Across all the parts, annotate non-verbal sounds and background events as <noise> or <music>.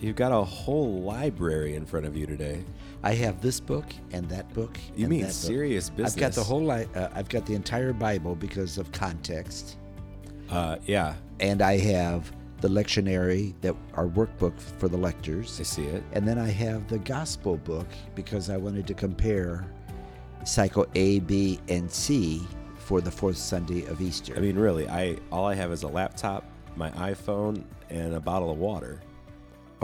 You've got a whole library in front of you today. I have this book and that book. You and mean that book. serious business? I've got the whole. Li- uh, I've got the entire Bible because of context, Uh, yeah, and I have the lectionary that our workbook for the lectors, I see it. and then I have the gospel book because I wanted to compare cycle A, B, and C for the fourth Sunday of Easter. I mean, really, I all I have is a laptop, my iPhone, and a bottle of water.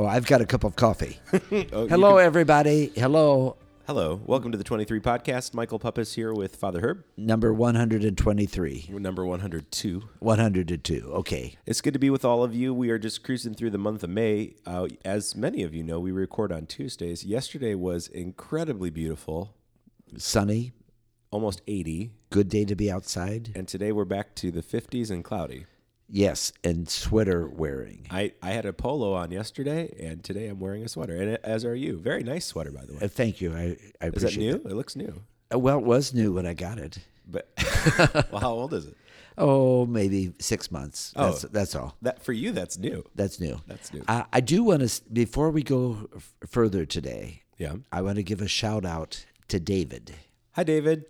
oh, I've got a cup of coffee. Oh, <laughs> you Hello, can- everybody. Hello, hello. Welcome to the 23 podcast. Michael Puppis here with Father Herb, number one hundred and twenty-three, number 102. one hundred and two. Okay. It's good to be with all of you. We are just cruising through the month of May. Uh, as many of you know, we record on Tuesdays. Yesterday was incredibly beautiful, Sunny, almost 80, good day to be outside. and today we're back to the 50s and cloudy. Yes, and sweater wearing. I, I had a polo on yesterday, and today I'm wearing a sweater, and as are you. Very nice sweater, by the way. Uh, thank you. I, I Is that appreciate new? It looks new. Uh, Well, it was new when I got it. But <laughs> <laughs> well, how old is it? Oh, maybe six months. Oh. That's, that's all. That for you, that's new. That's new. That's new. I, I do want to, before we go f- further today, Yeah. I want to give a shout out to David. Hi, David.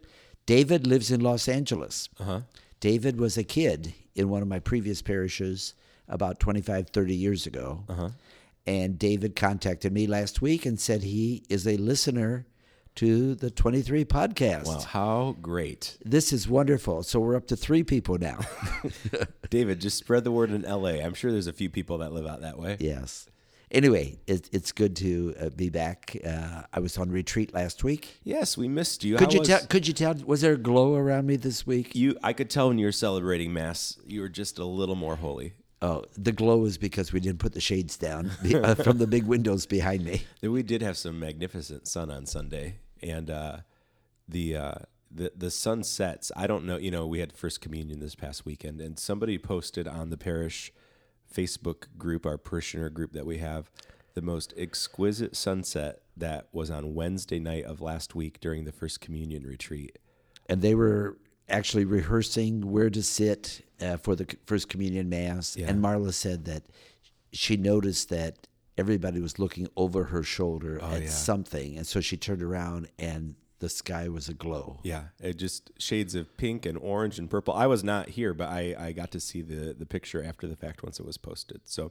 David lives in Los Angeles. Uh-huh. David was a kid in one of my previous parishes about 25, 30 years ago. Uh-huh. And David contacted me last week and said he is a listener to the 23 podcast. Wow, how great, This is wonderful. So we're up to three <laughs> people now. David. Just spread the word in L.A. I'm sure there's a few people that live out that way. yes. Anyway, it, it's good to uh, be back. Uh, I was on retreat last week. Yes, we missed you. Could How you was- tell? Could you tell? Was there a glow around me this week? You, I could tell when you were celebrating mass, you were just a little more holy. Oh, the glow is because we didn't put the shades down be- uh, from the big windows behind me. We did have some magnificent sun on Sunday, and uh, the uh, the the sun sets. I don't know. You know, we had First Communion this past weekend, and somebody posted on the parish Facebook group, our parishioner group that we have, the most exquisite sunset that was on Wednesday night of last week during the First Communion retreat. And they were actually rehearsing where to sit uh, for the c- First Communion Mass. And Marla said that she noticed that everybody was looking over her shoulder at something. And so she turned around and the sky was aglow. Yeah, it just shades of pink and orange and purple. I was not here, but I, I got to see the the picture after the fact once it was posted. So,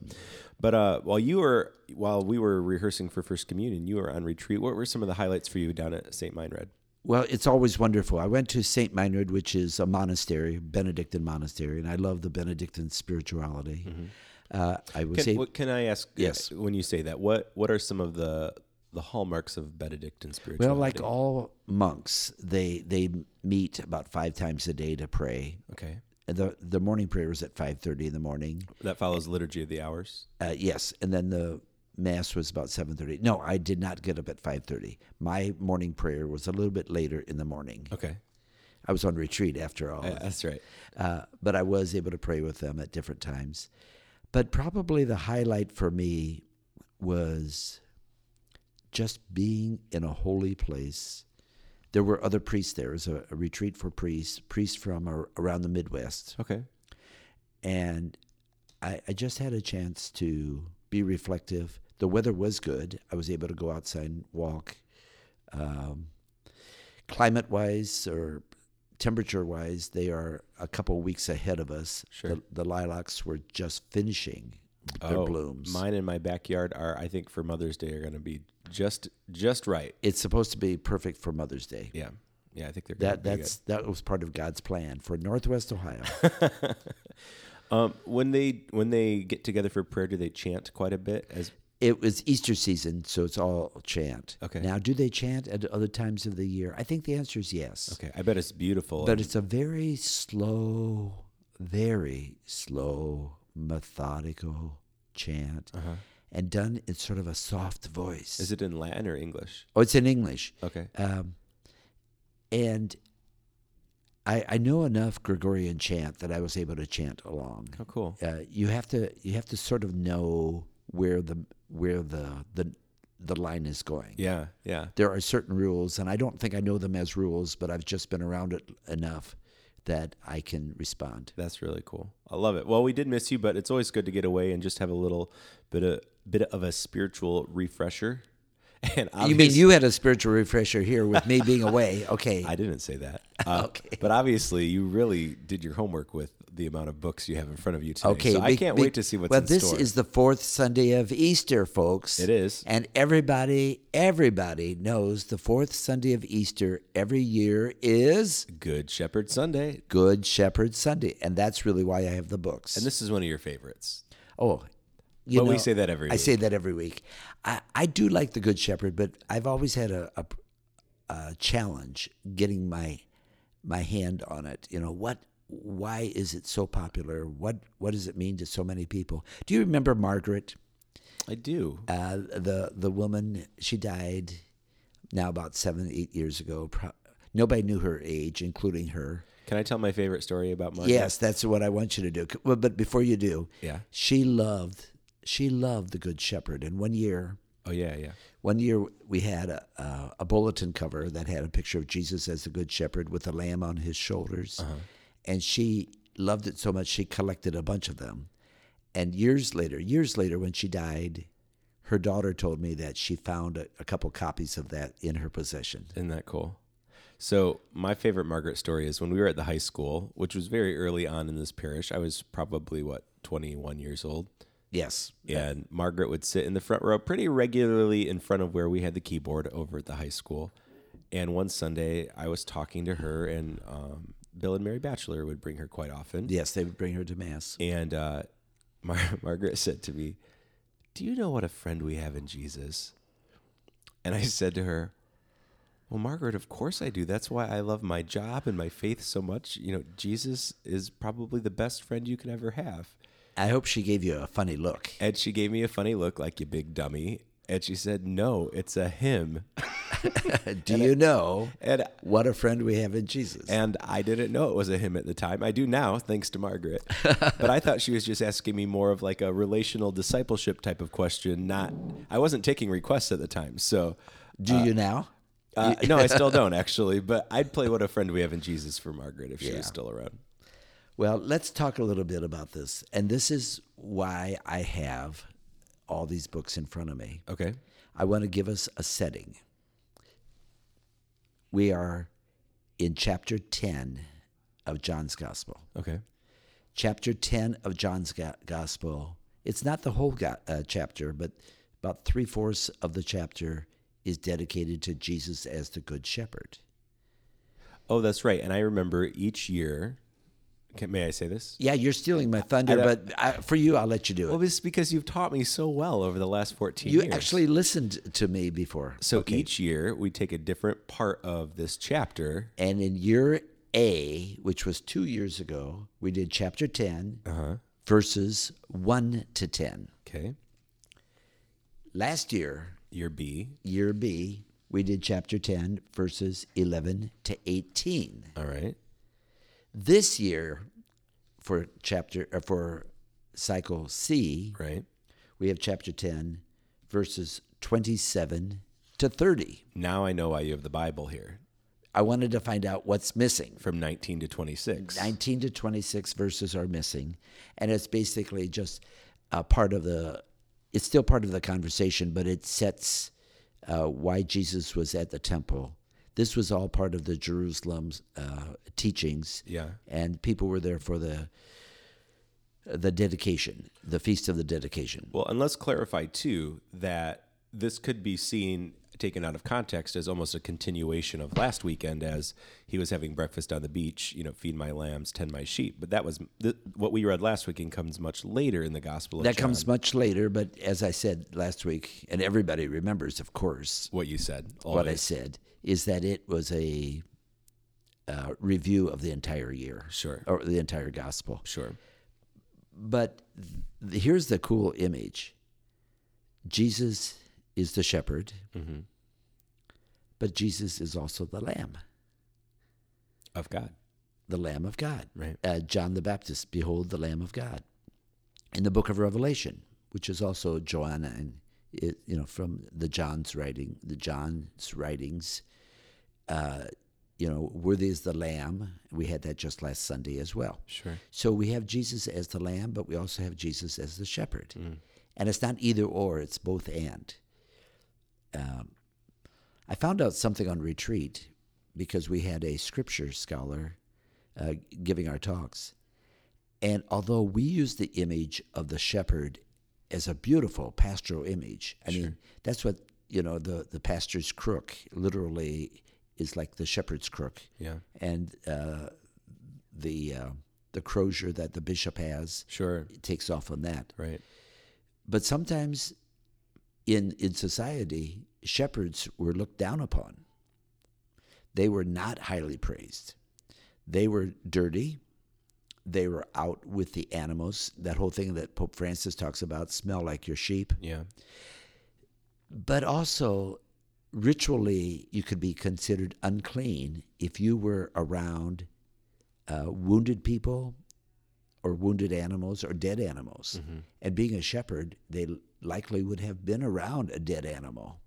but uh, while you were while we were rehearsing for First Communion, you were on retreat. What were some of the highlights for you down at St. Meinrad? Well, it's always wonderful. I went to St. Meinrad, which is a monastery, Benedictine monastery, and I love the Benedictine spiritually. Uh, I was Can, able- what, can I ask? uh, Yes. When you say that, what what are some of the the hallmarks of Benedictine spirituality? Well, like all monks, they they meet about five times a day to pray. okay, And the The morning prayer is at five thirty in the morning. that follows liturgy of the hours. Uh, yes, and then the mass was about seven thirty. No, I did not get up at five thirty. My morning prayer was a little bit later in the morning. Okay, I was on retreat after all, Yeah, that's right. uh, but I was able to pray with them at different times. But probably the highlight for me was just being in a holy place. There were other priests there. It was a, a retreat for priests, priests from ar- around the Midwest. Okay, And I, I just had a chance to be reflective. The weather was good. I was able to go outside and walk. Um, climate wise or temperature wise, they are a couple weeks ahead of us. Sure. The, the lilacs were just finishing their Oh, blooms. Mine in my backyard are, I think, for Mother's Day are going to be just just right. it's supposed to be perfect for Mother's Day. Yeah, yeah, I think they're gonna That be good. that's that was part of God's plan for Northwest Ohio. Um, when they when they get together for prayer, do they chant quite a bit? As it was Easter season, so it's all chant. Okay. Now, do they chant at other times of the year? I think the answer is yes. okay, I bet it's beautiful. But it's a very slow, very slow, methodical chant, and done in sort of a soft voice. Uh-huh. Is it in Latin or English? oh, it's in English. Okay, Um, and I, I know enough Gregorian chant that I was able to chant along. oh cool. Uh, you have to you have to sort of know where the where the the the line is going. Yeah, yeah, There are certain rules, and I don't think I know them as rules, but I've just been around it enough that I can respond. that's really cool. I love it. Well, we did miss you, but it's always good to get away and just have a little bit of bit of a spiritual refresher. <laughs> And You mean obvious- you had a spiritual refresher here with me being <laughs> away? Okay. I didn't say <laughs> that. Uh, Okay. But obviously, you really did your homework with the amount of books you have in front of you today. Okay, so I be- can't be- wait to see what's well. in this store. is the fourth Sunday of Easter, folks. It is. and everybody, everybody knows the fourth Sunday of Easter every year is Good Shepherd Sunday, Good Shepherd Sunday, and that's really why I have the books. and this is one of your favorites. oh, you but we know, say that every I week. say that every week. I, I do like the Good Shepherd, but I've always had a, a, a challenge getting my my hand on it. You know what? Why is it so popular? What What does it mean to so many people? Do you remember Margaret? I do. uh, the the woman she died now about seven eight years ago. Pro- nobody knew her age, including her. Can I tell my favorite story about Margaret? Yes, that's what I want you to do. C- Well, but before you do, Yeah. she loved she loved the Good Shepherd. And one year, Oh yeah, yeah. one year we had a, a, a bulletin cover that had a picture of Jesus as the Good Shepherd with a lamb on his shoulders. Uh-huh. And she loved it so much, she collected a bunch of them. And years later, years later, when she died, her daughter told me that she found a, a couple copies of that in her possession. Isn't that cool? So my favorite Margaret story is when we were at the high school, which was very early on in this parish. I was probably what twenty one years old. Yes. and Margaret would sit in the front row pretty regularly in front of where we had the keyboard over at the high school. And one Sunday, I was talking to her, and um, Bill and Mary Batchelor would bring her quite often. Yes, they would bring her to Mass. And uh, <laughs> Mar- Margaret said to me, Do you know what a friend we have in Jesus? And I said to her, Well, Margaret, of course I do. That's why I love my job and my faith so much. You know, Jesus is probably the best friend you can ever have. I hope she gave you a funny look. And she gave me a funny look, like you big dummy. And she said, "No, it's a him." Do you know Uh, And what a friend we have in Jesus? and I didn't know it was a him at the time. I do now, thanks to <laughs> Margaret. but I thought she was just asking me more of like a relational discipleship type of question. Not, I wasn't taking requests at the time, so. Do you now? Uh, no, <laughs> I still don't actually, but I'd play "What a Friend We Have in Jesus" for Margaret if she Yeah. was still around. Well, let's talk a little bit about this. And this is why I have all these books in front of me. Okay, I want to give us a setting. We are in chapter 10 of John's Gospel. okay, Chapter 10 of John's go- Gospel, it's not the whole go- uh, chapter, but about three fourths of the chapter is dedicated to Jesus as the Good Shepherd. oh, that's right. And I remember each year. Can, may I say this? Yeah, you're stealing my thunder, I don't- but I, for you, I'll let you do it. Well, it's because you've taught me so well over the last fourteen. you years. actually listened to me before. So each year we take a different part of this chapter. And in year A, which was two years ago, we did chapter 10, Uh-huh. verses 1 to 10. Okay. Last year, Year B. year B, we did chapter 10, verses 11 to 18. All right. This year, for chapter or for cycle C, Right. we have chapter 10, verses 27 to 30. Now I know why you have the Bible here I wanted to find out what's missing. from 19 to 26. 19 to 26 verses are missing and it's basically just a part of the it's still part of the conversation but it sets uh, why jesus was at the temple this was all part of the jerusalem's uh, teachings Yeah. and people were there for the the dedication the feast of the dedication Well, and let's clarify too that this could be seen taken out of context as almost a continuation of last weekend as he was having breakfast on the beach, you know, feed my lambs, tend my sheep. But that was th- what we read last weekend comes much later in the Gospel of that John, comes much later but as i said last week and everybody remembers of course what you said. what I always. said is that it was a uh, review of the entire year, Sure. or the entire gospel. Sure. But th- here's the cool image: Jesus is the shepherd, but Jesus is also the Lamb, Of God. the Lamb of God. Right. Uh, John the Baptist, behold the Lamb of God, in the book of Revelation, which is also Joanna and it, you know from the John's writing, the John's writings. Uh, you know, worthy is the Lamb. We had that just last Sunday as well. Sure. So we have Jesus as the Lamb, but we also have Jesus as the Shepherd. And it's not either or, it's both and. Um, I found out something on retreat because we had a scripture scholar uh, giving our talks. And although we use the image of the shepherd as a beautiful pastoral image, I mean, that's what, you know, the, the pastor's crook literally is like the shepherd's crook. Yeah. And uh, the, uh, the crozier that the bishop has Sure. takes off on that Right. but sometimes in in society shepherds were looked down upon they were not highly praised they were dirty they were out with the animals that whole thing that pope francis talks about smell like your sheep Yeah. but also ritually you could be considered unclean if you were around uh, wounded people or wounded animals or dead animals Mm-hmm. and being a shepherd they likely would have been around a dead animal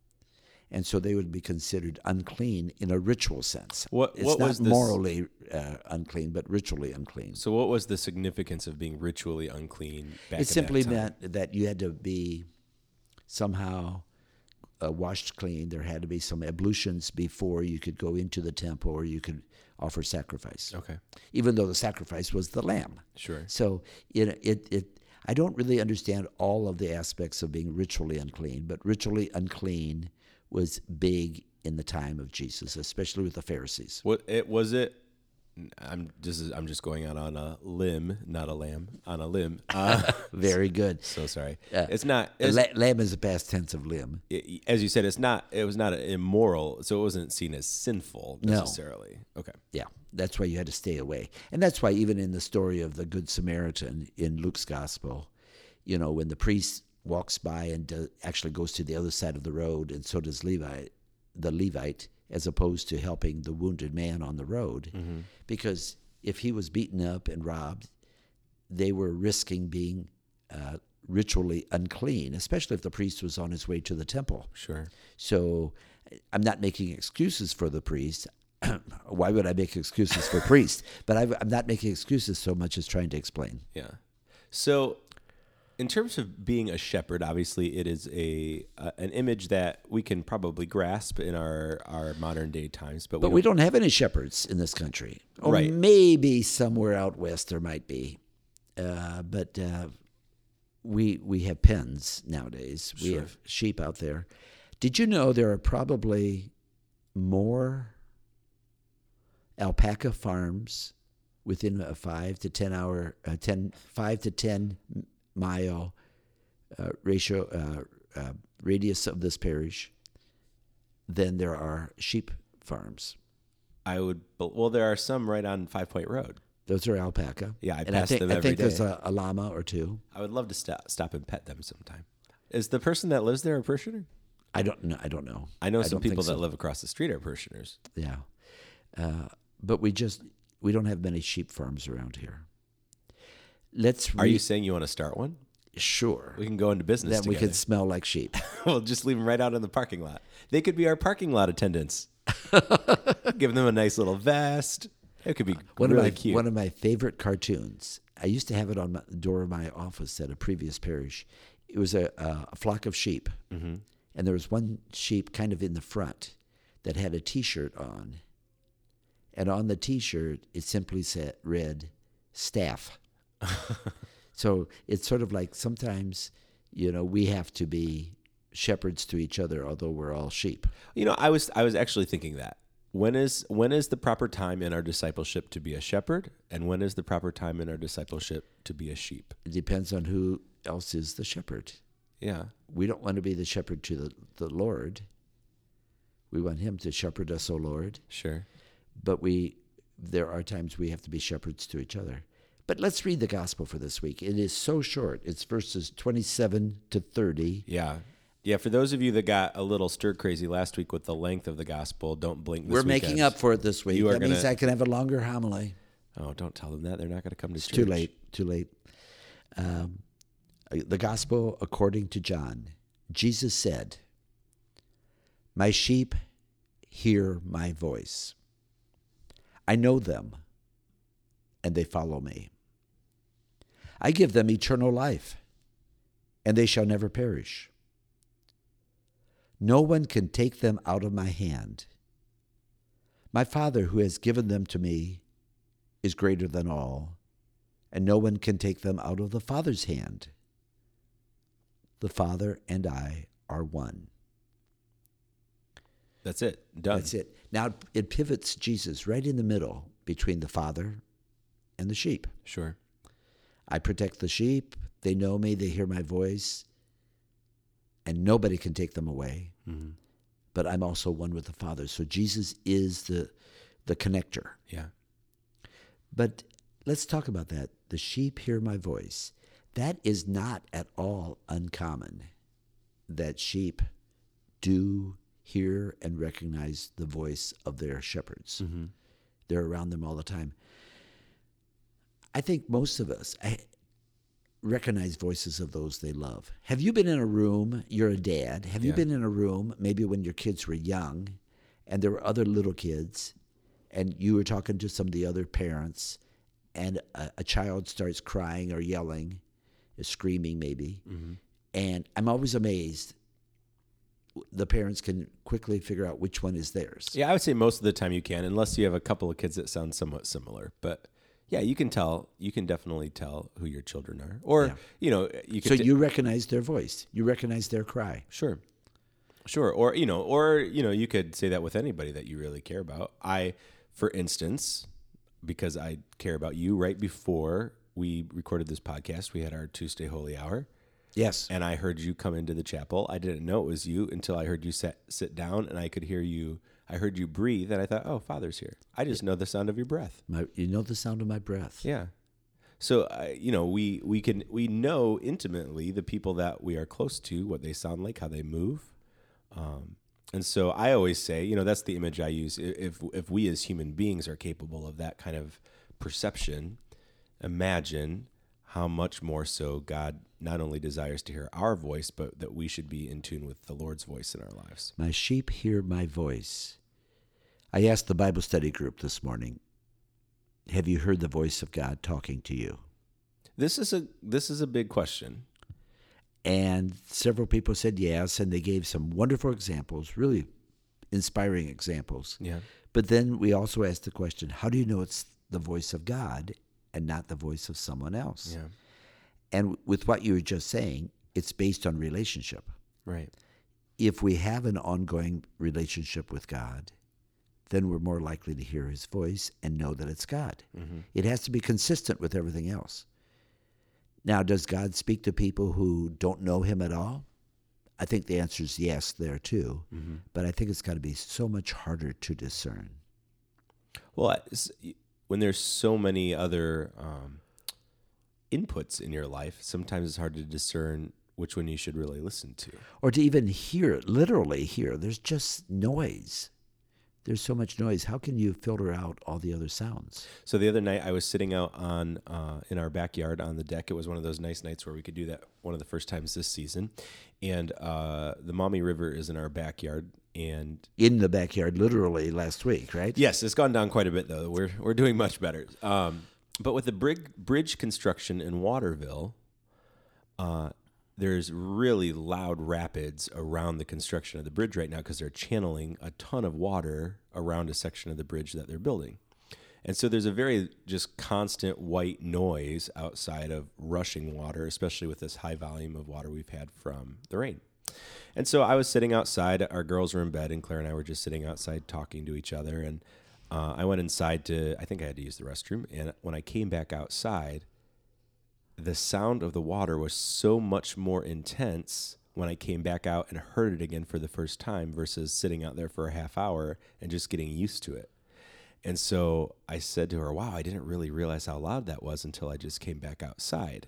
and so they would be considered unclean in a ritual sense What- it's what not was this- morally uh, unclean but ritually unclean So what was the significance of being ritually unclean back it at simply that time? meant that you had to be somehow uh, washed clean. There had to be some ablutions before you could go into the temple or you could offer sacrifice, Okay. even though the sacrifice was the lamb. Oh. Sure. So you know, it, it, I don't really understand all of the aspects of being ritually unclean, but ritually unclean was big in the time of Jesus, especially with the Pharisees. What it was it? I'm just I'm just going out on a limb, not a lamb, on a limb. <laughs> Uh, Very good. so sorry. it's not it's, La- lamb is the past tense of limb. it- as you said. It's not. It was not immoral, so it wasn't seen as sinful No. necessarily. Okay. Yeah, that's why you had to stay away. And that's why, even in the story of the Good Samaritan in Luke's Gospel, you know, when the priest walks by and do, actually goes to the other side of the road, and so does Levi, the Levite, as opposed to helping the wounded man on the road, because if he was beaten up and robbed, they were risking being uh, ritually unclean, especially if the priest was on his way to the temple. Sure. So I'm not making excuses for the priest. <clears throat> Why would I make excuses for priests? But i I'm not making excuses so much as trying to explain. Yeah. So, in terms of being a shepherd, obviously it is a uh, an image that we can probably grasp in our our modern day times, but, But we, we don't have any shepherds in this country. Or Right. maybe somewhere out west there might be. Uh, but uh, we we have pens nowadays. We have sheep out there. Did you know there are probably more alpaca farms within a five to ten hour, uh, ten five to ten mile uh, ratio uh, uh, radius of this parish than there are sheep farms. I would. Well, there are some right on Five Point Road. Those are alpaca. Yeah, I and I pass think, them I every think there's day. a, a llama or two. I would love to stop stop and pet them sometime. Is the person that lives there a parishioner? I don't know. I don't know. I know some don't think people so. that live across the street are parishioners. Yeah, uh, but we just we don't have many sheep farms around here. Let's Are re- you saying you want to start one? sure We can go into business that we together. could smell like sheep? <laughs> we'll just leave them right out in the parking lot. They could be our parking lot <laughs> attendants. Give them a nice little vest. It could be One really of my cute. one of my favorite cartoons. I used to have it on my, the door of my office at a previous parish. It was a, a, a flock of sheep, Mm-hmm. and there was one sheep kind of in the front that had a T-shirt on, and on the T-shirt it simply said read <laughs> staff. so it's sort of like sometimes you know we have to be shepherds to each other, although we're all sheep. You know, I was I was actually thinking that. When is when is the proper time in our discipleship to be a shepherd and when is the proper time in our discipleship to be a sheep? It depends on who else is the shepherd. Yeah. we don't want to be the shepherd to the, the Lord. We want him to shepherd us, O Lord. Sure. But we there are times we have to be shepherds to each other. But let's read the gospel for this week. It is so short. It's verses 27 to 30. Yeah. Yeah, for those of you that got a little stir crazy last week with the length of the gospel, don't blink this We're making weekend. up for it this week. You are that means gonna- I can have a longer homily. Oh, don't tell them that. They're not going to come to It's church. too late. Too late. Um, the gospel according to John. Jesus said, My sheep hear my voice. I know them, and they follow me. I give them eternal life, and they shall never perish. No one can take them out of my hand. My Father, who has given them to me, is greater than all, and no one can take them out of the Father's hand. The Father and I are one. That's it. Done. That's it. Now it pivots Jesus right in the middle between the Father and the sheep. Sure. I protect the sheep. They know me. They hear my voice. And nobody can take them away. Mhm. But I'm also one with the Father. So Jesus is the, the connector. Yeah. But let's talk about that. The sheep hear my voice. That is not at all uncommon that sheep do hear and recognize the voice of their shepherds. They're around them all the time. I think most of us I, recognize voices of those they love. Have you been in a room, you're a dad, have you Yeah. been in a room maybe when your kids were young and there were other little kids and you were talking to some of the other parents and a, a child starts crying or yelling, screaming maybe. And I'm always amazed the parents can quickly figure out which one is theirs. Yeah, I would say most of the time you can, unless you have a couple of kids that sound somewhat similar. But yeah, you can tell. You can definitely tell who your children are, or Yeah. you know, you can. So t- you recognize their voice. You recognize their cry. sure, sure, or you know, or you know, you could say that with anybody that you really care about. I, for instance, because I care about you. Right before we recorded this podcast, we had our Tuesday Holy Hour. Yes. and I heard you come into the chapel. I didn't know it was you until I heard you sit, sit down and I could hear you. I heard you breathe and I thought, oh, Father's here. I just know the sound of your breath. My, you know the sound of my breath. Yeah. So, uh, you know, we, we can, we know intimately the people that we are close to, what they sound like, how they move. Um, and so I always say, you know, that's the image I use. I- If, if we as human beings are capable of that kind of perception, imagine how much more so God not only desires to hear our voice, but that we should be in tune with the Lord's voice in our lives. My sheep hear my voice. I asked the Bible study group this morning, have you heard the voice of God talking to you? This is a, this is a big question. And several people said yes, and they gave some wonderful examples, really inspiring examples. Yeah. But then we also asked the question, how do you know it's the voice of God and not the voice of someone else? Yeah. And with what you were just saying, it's based on relationship. Right. if we have an ongoing relationship with God, then we're more likely to hear his voice and know that it's God. It has to be consistent with everything else. Now, does God speak to people who don't know him at all? I think the answer is yes, there too. But I think it's got to be so much harder to discern. Well, it's- when there's so many other um, inputs in your life, sometimes it's hard to discern which one you should really listen to. Or to even hear, literally hear, there's just noise. There's so much noise. How can you filter out all the other sounds? So the other night, I was sitting out on uh, in our backyard on the deck. It was one of those nice nights where we could do that. One of the first times this season, and uh, the Maumee River is in our backyard. And In the backyard, literally last week, right? yes, it's gone down quite a bit though. We're we're doing much better. Um, but with the brig, bridge construction in Waterville, uh, there's really loud rapids around the construction of the bridge right now because they're channeling a ton of water around a section of the bridge that they're building. And so there's a very just constant white noise outside of rushing water, especially with this high volume of water we've had from the rain. And so I was sitting outside. Our girls were in bed, and Claire and I were just sitting outside talking to each other. And uh, I went inside to, I think I had to use the restroom. And when I came back outside, the sound of the water was so much more intense when I came back out and heard it again for the first time versus sitting out there for a half hour and just getting used to it. And so I said to her, Wow, I didn't really realize how loud that was until I just came back outside.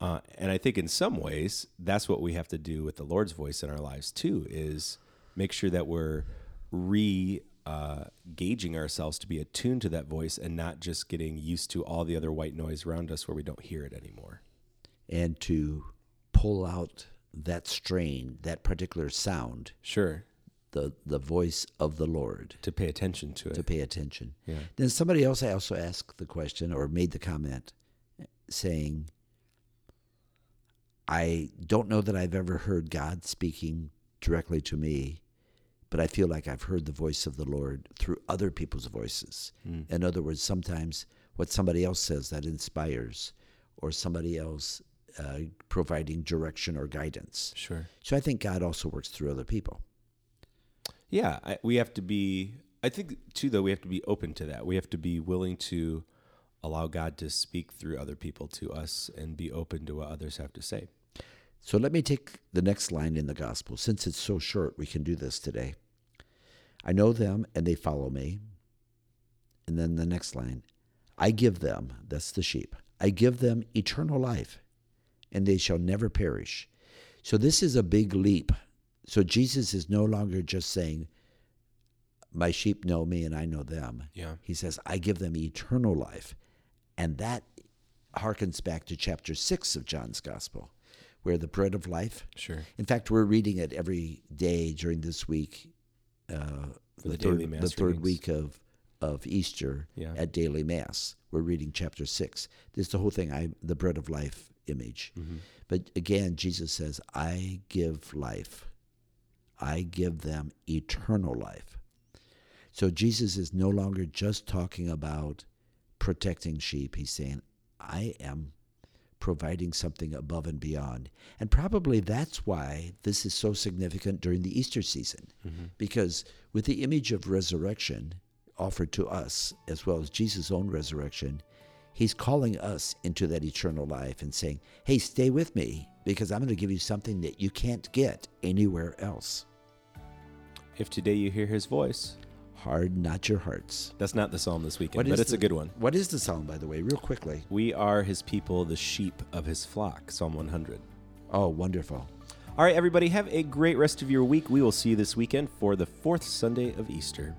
Uh, and I think in some ways, that's what we have to do with the Lord's voice in our lives too, is make sure that we're re uh, gauging ourselves to be attuned to that voice and not just getting used to all the other white noise around us where we don't hear it anymore. and to pull out that strain, that particular sound, Sure. the the voice of the Lord To pay attention to it. to pay attention. Yeah. Then somebody else I also asked the question or made the comment saying I don't know that I've ever heard God speaking directly to me, but I feel like I've heard the voice of the Lord through other people's voices. In other words, sometimes what somebody else says that inspires, or somebody else uh, providing direction or guidance. Sure. So I think God also works through other people. Yeah, I, we have to be. I think too, though, we have to be open to that. We have to be willing to allow God to speak through other people to us and be open to what others have to say. So let me take the next line in the gospel. Since it's so short, we can do this today. I know them and they follow me. And then the next line I give them, that's the sheep, I give them eternal life, and they shall never perish. So this is a big leap. So Jesus is no longer just saying, My sheep know me and I know them. Yeah. He says, I give them eternal life. And that harkens back to chapter six of John's gospel, where the bread of life. Sure. In fact, we're reading it every day during this week, uh, For the third, daily the Mass third readings. week of, of Easter Yeah. at daily mass. We're reading chapter six. This is the whole thing. I the bread of life image, Mm-hmm. but again, Jesus says, "I give life. I give them eternal life." So Jesus is no longer just talking about protecting sheep. He's saying, I am providing something above and beyond. And probably that's why this is so significant during the Easter season, because with the image of resurrection offered to us, as well as Jesus' own resurrection, he's calling us into that eternal life and saying, Hey, stay with me, because I'm going to give you something that you can't get anywhere else. If today you hear His voice, Harden not your hearts. that's not the psalm this weekend, What is but it's a the- good one. What is the psalm, by the way, real quickly? We are His people, the sheep of His flock. Psalm 100. Oh, wonderful. All right, everybody, have a great rest of your week. We will see you this weekend for the fourth Sunday of Easter.